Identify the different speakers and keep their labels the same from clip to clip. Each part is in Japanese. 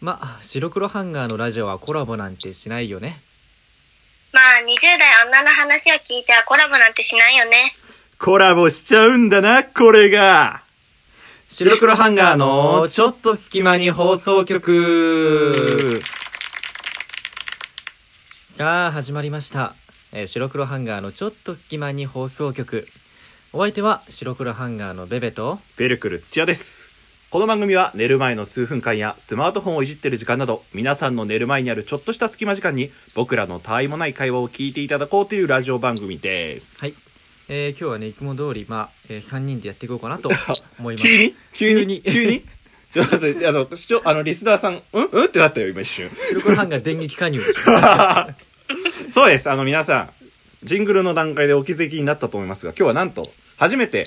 Speaker 1: まあ白黒ハンガーのラジオはコラボなんてしないよね
Speaker 2: まあ、20代あんなの話を聞いてはコラボなんてしないよね。
Speaker 3: コラボしちゃうんだな、これが。
Speaker 1: 白黒ハンガーのちょっと隙間に放送局さあ始まりました、えー白黒ハンガーのちょっと隙間に放送局お相手は白黒ハンガーのベベと
Speaker 3: ベルクル土屋です。この番組は寝る前の数分間やスマートフォンをいじってる時間など、皆さんの寝る前にあるちょっとした隙間時間に、僕らの他愛もない会話を聞いていただこうというラジオ番組です。
Speaker 1: はい、えー今日はねいつも通りまあ、え3人でやっていこうかなと思います
Speaker 3: 急に 急に
Speaker 1: 急
Speaker 3: 急に ちょっと待って、あの、視聴あの、リスナーさん、んうんってなったよ、今一瞬。
Speaker 1: 白黒ハンガー電撃加入でしょ
Speaker 3: そうです。あの、皆さん、ジングルの段階でお気づきになったと思いますが、今日はなんと、初めて、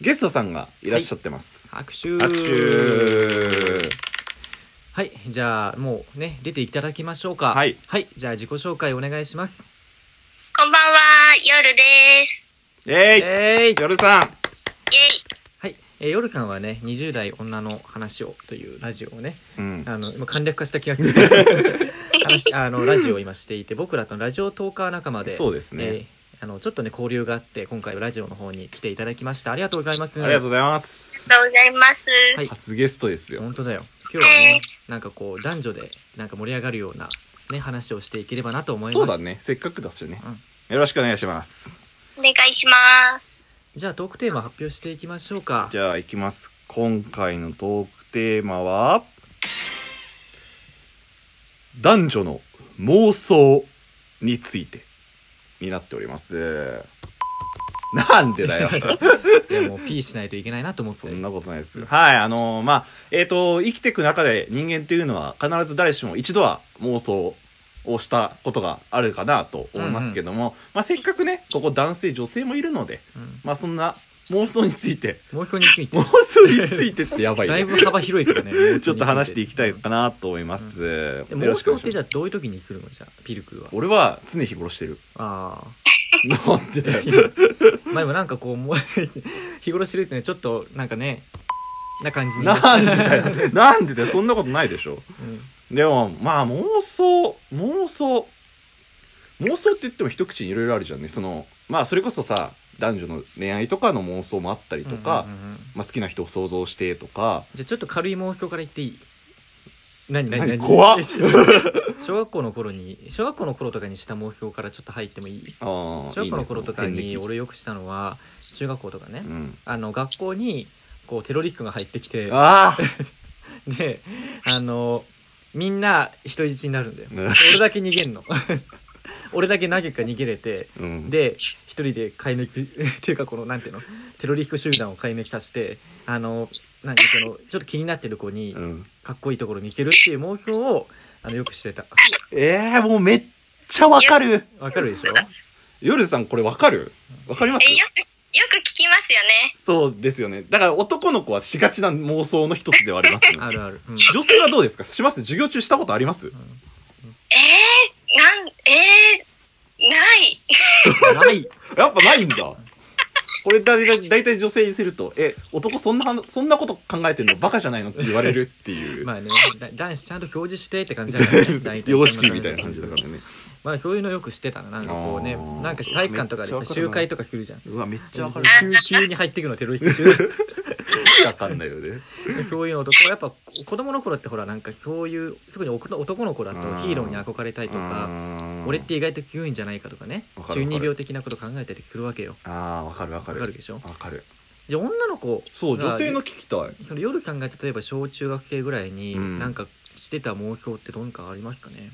Speaker 3: ゲストさんがいらっしゃってます。
Speaker 1: 拍手
Speaker 3: 拍手
Speaker 1: はいじゃあもうね出ていただきましょうか
Speaker 3: はい、
Speaker 1: じゃあ自己紹介お願いします
Speaker 2: こんばんは、夜です。
Speaker 3: え
Speaker 1: え
Speaker 3: い
Speaker 1: い
Speaker 3: 夜さん
Speaker 2: イェイ。
Speaker 1: はい、えー、夜さんはね20代女の話をというラジオをね
Speaker 3: うん。
Speaker 1: あの今簡略化した気がす る話あのラジオを今していて僕らとのラジオトーカー仲間で
Speaker 3: そうですね
Speaker 1: えーあのちょっとね交流があって今回はラジオの方に来ていただきましたありがとうございます
Speaker 3: ありがと
Speaker 1: う
Speaker 3: うございま
Speaker 2: あ
Speaker 3: す
Speaker 2: り。がとうございます。
Speaker 1: はい
Speaker 3: 初ゲストですよ。
Speaker 1: 本当だよ今日はねなんかこう男女でなんか盛り上がるようなね話をしていければなと思います
Speaker 3: そうだね。せっかくだしね。よろしくお願いします。
Speaker 2: お願いします。
Speaker 1: じゃあトークテーマ発表していきましょうか
Speaker 3: じゃあ、いきます。今回のトークテーマは、男女の妄想についてになっております。なんでだ よ。
Speaker 1: いやもう P しないといけないなと思って
Speaker 3: そんなことないですよ。はい、あのーまあ、えっ、と、生きていく中で人間っていうのは必ず誰しも一度は妄想をしたことがあるかなと思いますけども、まあ、せっかくね、ここ男性、女性もいるので、
Speaker 1: うん
Speaker 3: まあ、そんな妄想について、
Speaker 1: 妄想につい て
Speaker 3: 妄想についてってやばい
Speaker 1: だい
Speaker 3: ね。
Speaker 1: ぶ幅広いからね
Speaker 3: ちょっと話していきたい
Speaker 1: うん
Speaker 3: かなと思います。よ
Speaker 1: で妄
Speaker 3: ろしく
Speaker 1: 想っ
Speaker 3: お願いして
Speaker 1: じ
Speaker 3: ま
Speaker 1: ゃ
Speaker 3: す。
Speaker 1: あどういう時にするのじゃあピルク は
Speaker 3: 俺は常日頃してる。
Speaker 1: ああ
Speaker 3: なんでだよ。
Speaker 1: まあでもなんかこうもう 日頃知るってねちょっとなんかねな感じに
Speaker 3: なんでだよ。なんでだよ。そんなことないでしょ。
Speaker 1: うん
Speaker 3: でもまあ妄想妄想妄想って言っても一口にいろいろあるじゃんねそのまあそれこそさ男女の恋愛とかの妄想もあったりとか、
Speaker 1: うんうんうんうん
Speaker 3: まあ、好きな人を想像してとか
Speaker 1: じゃあちょっと軽い妄想から言っていい何何何
Speaker 3: 何怖っ
Speaker 1: 小学校の頃に小学校の頃とかにした妄想からちょっと入ってもいい
Speaker 3: あー
Speaker 1: 小学校の頃とか
Speaker 3: いい
Speaker 1: に
Speaker 3: ね
Speaker 1: 俺よくしたのは中学校とかね、
Speaker 3: そのうん、
Speaker 1: あの学校にこうテロリストが入ってきて
Speaker 3: あ
Speaker 1: であのみんな人質になる んだよ
Speaker 3: うん
Speaker 1: 俺だけ逃げんの 俺だけなぜか逃げれて
Speaker 3: あ、うん、
Speaker 1: で一人で壊滅 っていうかこのなんていうのテロリスト集団を壊滅させてあのなんかそのちょっと気になってる子に
Speaker 3: うん、
Speaker 1: かっこいいところ見せるっていう妄想をあのよくしてた
Speaker 3: ええー、もうめっちゃわかる
Speaker 1: わかるでしょ
Speaker 3: 夜さんこれわかるわかります
Speaker 2: え、よく、よく聞きますよね。
Speaker 3: そうですよねだから男の子はしがちな妄想の一つではありますね
Speaker 1: あるある、うん
Speaker 3: 女性はどうですかします授業中したことありま
Speaker 2: え
Speaker 3: す
Speaker 2: ー、なん、えー、ない。
Speaker 1: ない
Speaker 3: やっぱないんだ。これだいたい女性にすると、え、男そんなは、そんなこと考えてるのバカじゃないのって言われるってい う。
Speaker 1: まあねだ男子ちゃんと表示してって感じだからね大体
Speaker 3: 様式みたいな感じだからね。
Speaker 1: まあそういうのよくしてたななんかこうね
Speaker 3: あー
Speaker 1: なんか体育館とかで
Speaker 3: め
Speaker 1: さ
Speaker 3: っちゃわ
Speaker 1: 集会
Speaker 3: かるな
Speaker 1: とかするじゃん
Speaker 3: うわ、めっちゃわかる。
Speaker 1: 急急に入ってくのテロリスト集 団
Speaker 3: わかんないよね。
Speaker 1: でそういうのとこうやっぱ子供の頃ってほらなんかそういう特に男男の子だとヒーローに憧れたいとか俺っ。て意外と強いんじゃないかとかね
Speaker 3: わ
Speaker 1: 中
Speaker 3: かるわかる
Speaker 1: 二病的なこと考えたりするわけよ
Speaker 3: あー、わかるわか
Speaker 1: わ
Speaker 3: る。
Speaker 1: かるでしょ
Speaker 3: わかる。
Speaker 1: じゃあ女の子
Speaker 3: そう、
Speaker 1: が
Speaker 3: 女性の聞きたい。
Speaker 1: その夜さんが例えば小中学生ぐらいに
Speaker 3: うん
Speaker 1: なんかしてた妄想ってどんかありますかね、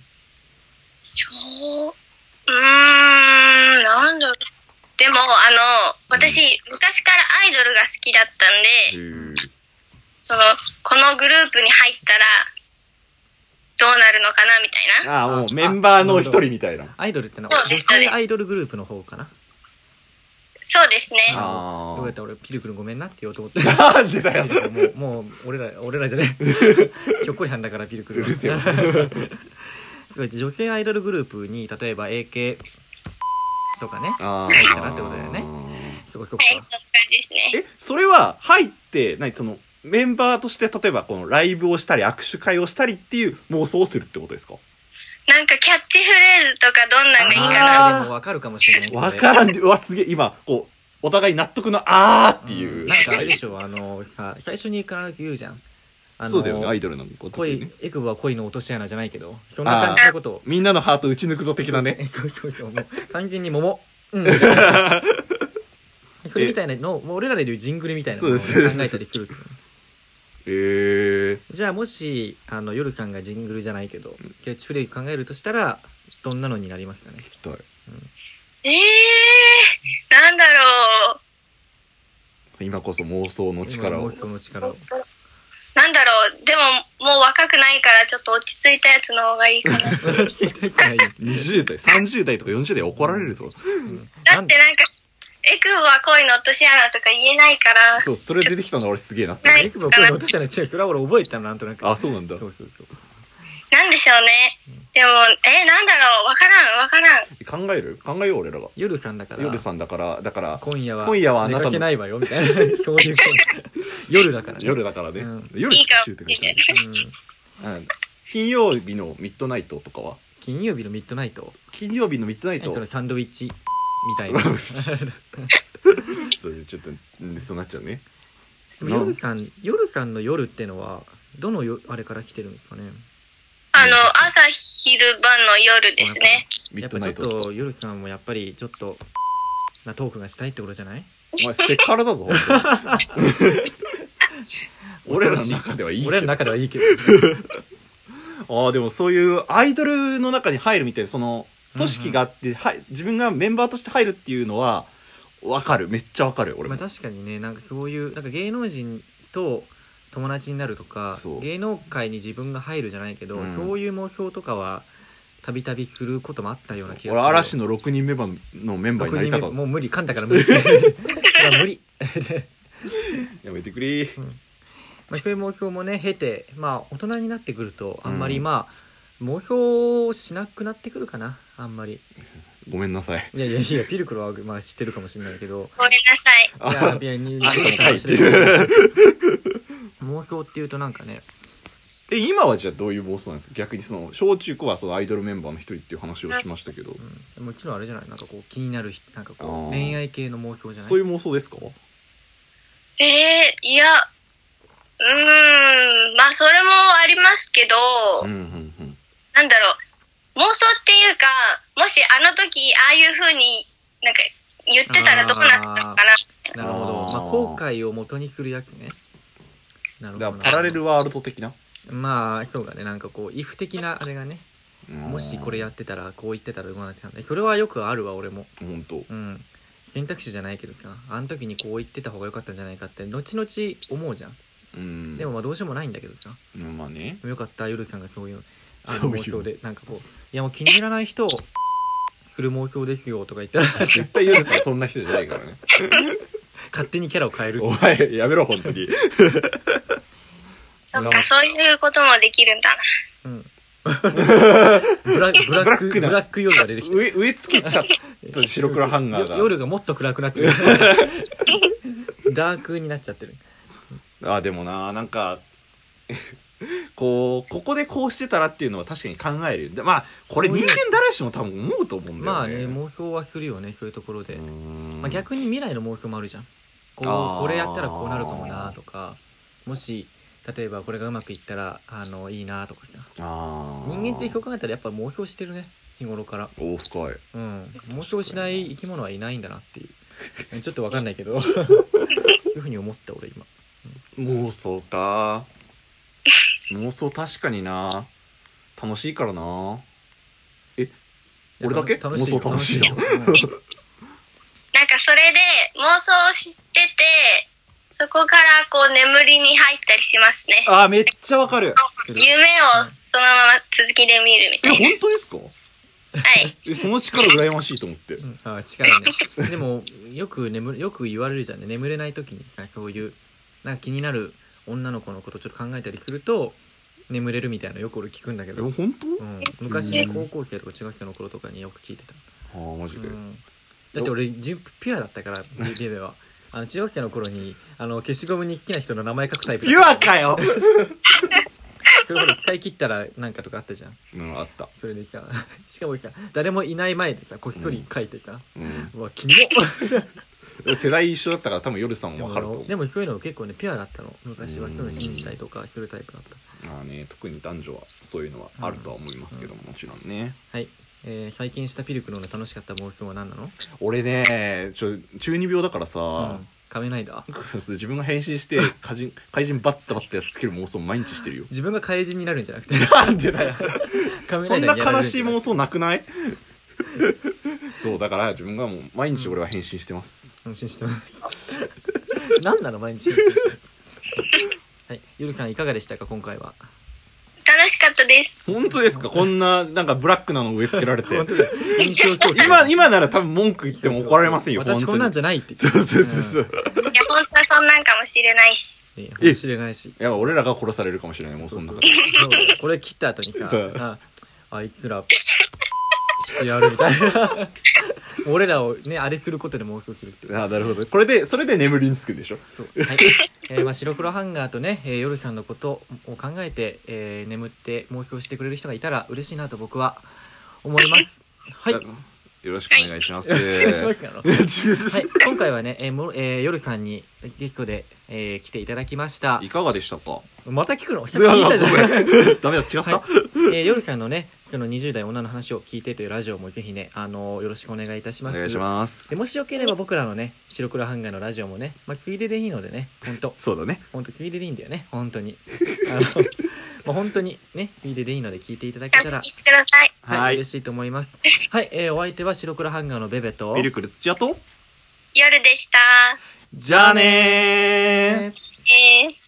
Speaker 2: そう。うーん、なんだろう。でも、あの、私、昔からアイドルが好きだったん
Speaker 3: う
Speaker 2: で、
Speaker 3: ー
Speaker 2: その、このグループに入ったら、どうなるのかな、みたいな。
Speaker 3: あー、もうメンバーの一人みたいな。
Speaker 1: アイドルってのは
Speaker 2: そう
Speaker 1: 女
Speaker 2: ですね
Speaker 1: 性アイドルグループの方かな
Speaker 2: そうですね。
Speaker 3: あー
Speaker 1: どうやったら俺ピルクルごめんなって言おうと思って
Speaker 3: なんで だよ。
Speaker 1: もうもう俺ら俺らじゃ ねえひょっこりはんだからピルクルは
Speaker 3: うるせえ わ
Speaker 1: そうやって女性アイドルグループに例えば AK とかね
Speaker 3: あ
Speaker 1: 入ったらってことだよねそうそうか
Speaker 2: はい、そういう感じですね。
Speaker 3: え、それは入って、なに、その、メンバーとして例えばこのライブをしたり握手会をしたりっていう妄想をするってことですか
Speaker 2: なんかキャッチフレーズとかどんなんがいいかな
Speaker 1: あーでもわかるかもしれない
Speaker 3: わから
Speaker 1: ん
Speaker 3: んでうわすげえ今こうお互い納得のあーっていう、
Speaker 1: なんかあれでしょあのさ最初に必ず言うじゃんあの
Speaker 3: そうだよねアイドルのことね
Speaker 1: 恋エクボは恋の落とし穴じゃないけどそんな感じのことを
Speaker 3: みんなのハート打ち抜くぞ的なね
Speaker 1: そうそうそうもう完全に桃うん それみたいなのをもう俺らでいうジングルみたいなのを考
Speaker 3: そうです
Speaker 1: えたりする
Speaker 3: えー、
Speaker 1: じゃあもしあの夜さんがジングルじゃないけどキャッチフレーズ考えるとしたらどんなのになりますかね
Speaker 3: 聞きたい
Speaker 2: ええー、なんだろう。
Speaker 3: 今こそ妄想の力
Speaker 1: 今
Speaker 3: を
Speaker 1: 妄想の力 を
Speaker 2: なんだろう。でも、もう若くないから、ちょっと落ち着いたやつの方がいいかな。だって
Speaker 1: 私絶対 ないよ
Speaker 3: 20代30代とか40代怒られるぞ
Speaker 1: うん
Speaker 2: なんか、エクボは恋の落とし穴とか言えないから。
Speaker 3: そうそれ出てきたの俺すげえなって
Speaker 2: ない
Speaker 1: エクボは恋の落とし穴違うそれは俺覚えてたのなんとなく
Speaker 3: あそうなんだ
Speaker 1: そうそうそう
Speaker 2: なんでしょうね。でも、えー、なんだろう。わからん、わからん。
Speaker 3: 考える考えよう俺らが
Speaker 1: 夜さんだから
Speaker 3: 夜さんだからだから
Speaker 1: 今夜は
Speaker 3: 今夜はあなた
Speaker 1: 出
Speaker 3: の
Speaker 1: かけないわよみたいなそういう こと夜だからね
Speaker 3: 夜だからね、
Speaker 1: うん
Speaker 3: 夜
Speaker 2: いいか
Speaker 3: 集中的に うん金曜日のミッドナイトとかは
Speaker 1: 金曜日のミッドナイト
Speaker 3: 金曜日のミッドナイ
Speaker 1: 何
Speaker 3: ト
Speaker 1: そのサンドイッチみたいな
Speaker 3: そうちょっとうんそうなっちゃうね
Speaker 1: でも 夜さん夜さんの夜ってのはどのよあれから来てるんですかね
Speaker 2: あの、朝、昼、晩の夜ですね。
Speaker 3: ミ
Speaker 1: や
Speaker 3: ッ
Speaker 1: っ
Speaker 3: ド
Speaker 1: ぱ
Speaker 3: ナ
Speaker 1: ちょ
Speaker 3: イ
Speaker 1: っ
Speaker 3: トお
Speaker 1: と夜さんもやっぱりちょっとなトークがしたいってことじゃない
Speaker 3: 前セクハラ だぞ本当に俺らの中ではいいけど
Speaker 1: 俺の中ではいいけ ど
Speaker 3: ああでもそういうアイドルの中に入るみたいなその組織があって、はい自分がメンバーとして入るっていうのはわかるめっちゃわかる俺
Speaker 1: ま
Speaker 3: も
Speaker 1: あ確かにねなんかそういうなんか芸能人と友達になるとか
Speaker 3: そう
Speaker 1: 芸能界に自分が入るじゃないけど、
Speaker 3: うん
Speaker 1: そういう妄想とかはたびたびすることもあったような気がする
Speaker 3: 俺嵐の6人メンバーのメンバーに
Speaker 1: 6人目
Speaker 3: なりたかった
Speaker 1: もう無理噛んだから無理それは無 理
Speaker 3: やめてくれ
Speaker 1: まあそういう妄想もね経てまあ大人になってくるとあんまり
Speaker 3: うん
Speaker 1: まあ、妄想をしなくなってくるかなあんまり
Speaker 3: ごめんなさい
Speaker 1: いやいやいやピルクロは、まあ、知ってるかもしれないけど
Speaker 2: ごめんなさい。
Speaker 1: いやいやに
Speaker 3: あそうかいって
Speaker 1: 妄想っていうとなんかね
Speaker 3: え今はじゃあどういう妄想なんですか逆にその小中高はそのアイドルメンバーの一人っていう話をしましたけど、
Speaker 1: うんもちろんあれじゃないなんかこう気になる人なんか
Speaker 3: あ
Speaker 1: こ
Speaker 3: ー
Speaker 1: う恋愛系の妄想じゃない
Speaker 3: そういう妄想ですか
Speaker 2: えー、いや、うーん、まあ、それもありますけど、
Speaker 3: んうんうん
Speaker 2: なんだろう、妄想っていうか、もしあの時、ああいう風に、なんか、言ってたらどうなってたのかな。
Speaker 1: なるほど
Speaker 3: あー
Speaker 1: まあ、後悔を元にするやつねなる
Speaker 3: だ
Speaker 1: ほど
Speaker 3: から
Speaker 1: な
Speaker 3: パラレルワールド的な
Speaker 1: まあそうだねなんかこうイフ的なあれがねもしこれや
Speaker 3: っ
Speaker 1: ってたらこう言ってたらどうなってたんだそれはよくあるわ俺も
Speaker 3: 本当
Speaker 1: うん選択肢じゃないけどさあの時にこう言ってた方が良かったんじゃないかって後々思うじゃん
Speaker 3: うん
Speaker 1: でもまあどうしようもないんだけどさ
Speaker 3: うんまあね
Speaker 1: よかった、ヨルさんがそういうあ
Speaker 3: そ
Speaker 1: の
Speaker 3: ういう
Speaker 1: 妄想で、なんかこう、いやもう気に入らない人をする妄想ですよとか言ったら、
Speaker 3: 絶対夜さんそんな人じゃないか らね
Speaker 1: 勝手にキャラを変える。
Speaker 3: お前やめろ本 当に
Speaker 2: そっか、そういうこともできるんだな。
Speaker 1: うん。 ブラブラック、
Speaker 3: ブラック
Speaker 1: ブ
Speaker 3: な
Speaker 1: ラック夜が出てき
Speaker 3: 植え植え付けちゃった
Speaker 1: て。
Speaker 3: 白黒ハンガーが
Speaker 1: よ夜がもっと暗くなってる。ダークになっちゃってる。
Speaker 3: あでもななんか こうここでこうしてたらっていうのは確かに考えるよでまあこれ人間誰しも多分思うと思うんだ
Speaker 1: ま
Speaker 3: よ
Speaker 1: あ
Speaker 3: ね
Speaker 1: ね、妄想はするよね、そういうところで。
Speaker 3: ま
Speaker 1: まあ、逆に未来の妄想もあるじゃんこ
Speaker 3: あー
Speaker 1: うこれやったらこうなるかもなとかもし例えばこれがうまくいったらあのいいなとかさ
Speaker 3: あー
Speaker 1: 人間ってそう考えたらやっぱ妄想してるね日頃から
Speaker 3: お深い
Speaker 1: うん妄想しない生き物はいないんだなっていうち ょっとわかんないけどそういうふうに思った俺今
Speaker 3: 妄想 か妄想確かにな楽しいからな俺だけ
Speaker 1: 楽しい
Speaker 3: 妄想楽しいよ
Speaker 1: よ楽しいよ
Speaker 2: なんか、それで、妄想を知ってて、そこから、こう、眠りに入ったりしますね。
Speaker 3: あーめっちゃわかる
Speaker 1: うん
Speaker 2: 夢をそのまま続きで見るみ
Speaker 3: え
Speaker 2: たい
Speaker 3: 本当ですか
Speaker 2: な。はい。
Speaker 3: えその力羨ましいと思って
Speaker 1: うんああ力ねでもよく眠よく言われるじゃんね眠れない時にさそういうなんか気になる女の子のことちょっと考えたりすると眠れるみたいなのよく俺聞くんだけ
Speaker 3: え
Speaker 1: ど、うん、
Speaker 3: 本当
Speaker 1: 昔ね
Speaker 3: うん
Speaker 1: 高校生とか中学生の頃とかによく聞いてた、
Speaker 3: ああマジ
Speaker 1: う
Speaker 3: で
Speaker 1: んだって俺純ピュアだったから BBM は あの中学生の頃にあの消しゴムに好きな人の名前書くタイプ
Speaker 3: 言うわかよ、
Speaker 1: それほど使い切ったらなんかとかあったじゃん
Speaker 3: うん、あった、
Speaker 1: それでさ しかもさ誰もいない前でさこっそり書いてさ、
Speaker 3: う
Speaker 1: うわキモ
Speaker 3: ん、世代一緒だったから多分夜さん
Speaker 1: で
Speaker 3: も
Speaker 1: も
Speaker 3: 分かると思 う
Speaker 1: でもそういうの結構ねピュアだったの昔はそういうの信じたりとかするタイプだった
Speaker 3: まあね特に男女はそういうのはあるとは思いますけども、もちろんね
Speaker 1: はい、えー、最近したピルクの楽しかった妄想は何なの、うん、
Speaker 3: 俺ねちょ中二病だからさ、
Speaker 1: 仮面ライダー
Speaker 3: 自分が変身して怪人怪人バッタバッタやっつける妄想毎日してるよ
Speaker 1: 自分が怪人になるんじゃなく て
Speaker 3: なんでだよ
Speaker 1: 仮面
Speaker 3: そ
Speaker 1: ラ
Speaker 3: ん
Speaker 1: イ
Speaker 3: な
Speaker 1: ダーにやら
Speaker 3: 悲
Speaker 1: れるん
Speaker 3: し
Speaker 1: じ
Speaker 3: い
Speaker 1: ゃな
Speaker 3: 妄
Speaker 1: くて
Speaker 3: 想なくない そうだから自分がもう毎日俺は変身してます、
Speaker 1: 安心してます何なの毎日変身してますはいゆるさんいかがでしたか今回は
Speaker 2: 楽しかった です。
Speaker 3: 本当ですかこんななんかブラックなの植え付けられて
Speaker 1: 印象操作
Speaker 3: 今今なら多分文句言っても怒られませんよ
Speaker 1: 私こんなん
Speaker 3: 本
Speaker 1: じゃないって
Speaker 3: 当にそうそうそうそう、
Speaker 2: いや、本当はそんなんかもしれないし。
Speaker 1: いやかもしれないし
Speaker 3: いや俺らが殺されるかもしれない妄
Speaker 1: そ
Speaker 3: 想
Speaker 1: うそ
Speaker 3: の
Speaker 1: う
Speaker 3: 中で
Speaker 1: そうだよこれ切った後にさ
Speaker 3: そう
Speaker 1: ああいつらしてやるみたいな俺らをねあれすることで妄想するっていう
Speaker 3: ああなるほどこれでそれで眠りにつくんでしょ
Speaker 1: そう、はいえーまあ、白黒ハンガーとね、えー、夜さんのことを考えて、えー眠って妄想してくれる人がいたら嬉しいなと僕は思い ます。はい。
Speaker 3: よろしくお願いします、
Speaker 1: 失礼しますなの
Speaker 3: 違う違う違う
Speaker 1: はい、今回はね、えーもえー夜さんにゲストで、えー来ていただきました
Speaker 3: い、。かがでしたか
Speaker 1: また聞 くのさっき
Speaker 3: うわ
Speaker 1: 聞い
Speaker 3: ごめ
Speaker 1: た
Speaker 3: ん
Speaker 1: じゃん。はい
Speaker 3: ダメだ違った、
Speaker 1: えー夜さんのね、その20代女の話を聞いてというラジオもぜひね、あのーよろしくお願いいたし
Speaker 3: お
Speaker 1: ます。
Speaker 3: 願いします
Speaker 1: でもしよければ僕らのね、白黒ハンガーのラジオもね、まあ、ついででいいのでね、ほんと、
Speaker 3: そうだね
Speaker 1: 本当ついででいいんだよね本当に あのまあ本当にねついででいいので聞いていただけ
Speaker 2: 頑
Speaker 1: た
Speaker 2: 張
Speaker 1: ら
Speaker 2: っ、てください。
Speaker 1: はい
Speaker 3: はい
Speaker 1: 嬉しいと思いますはい、えー、お相手は白黒ハンガーのベベと
Speaker 3: ミルクル土屋と
Speaker 2: 夜でした。
Speaker 3: じゃあねー
Speaker 1: えー
Speaker 2: えー。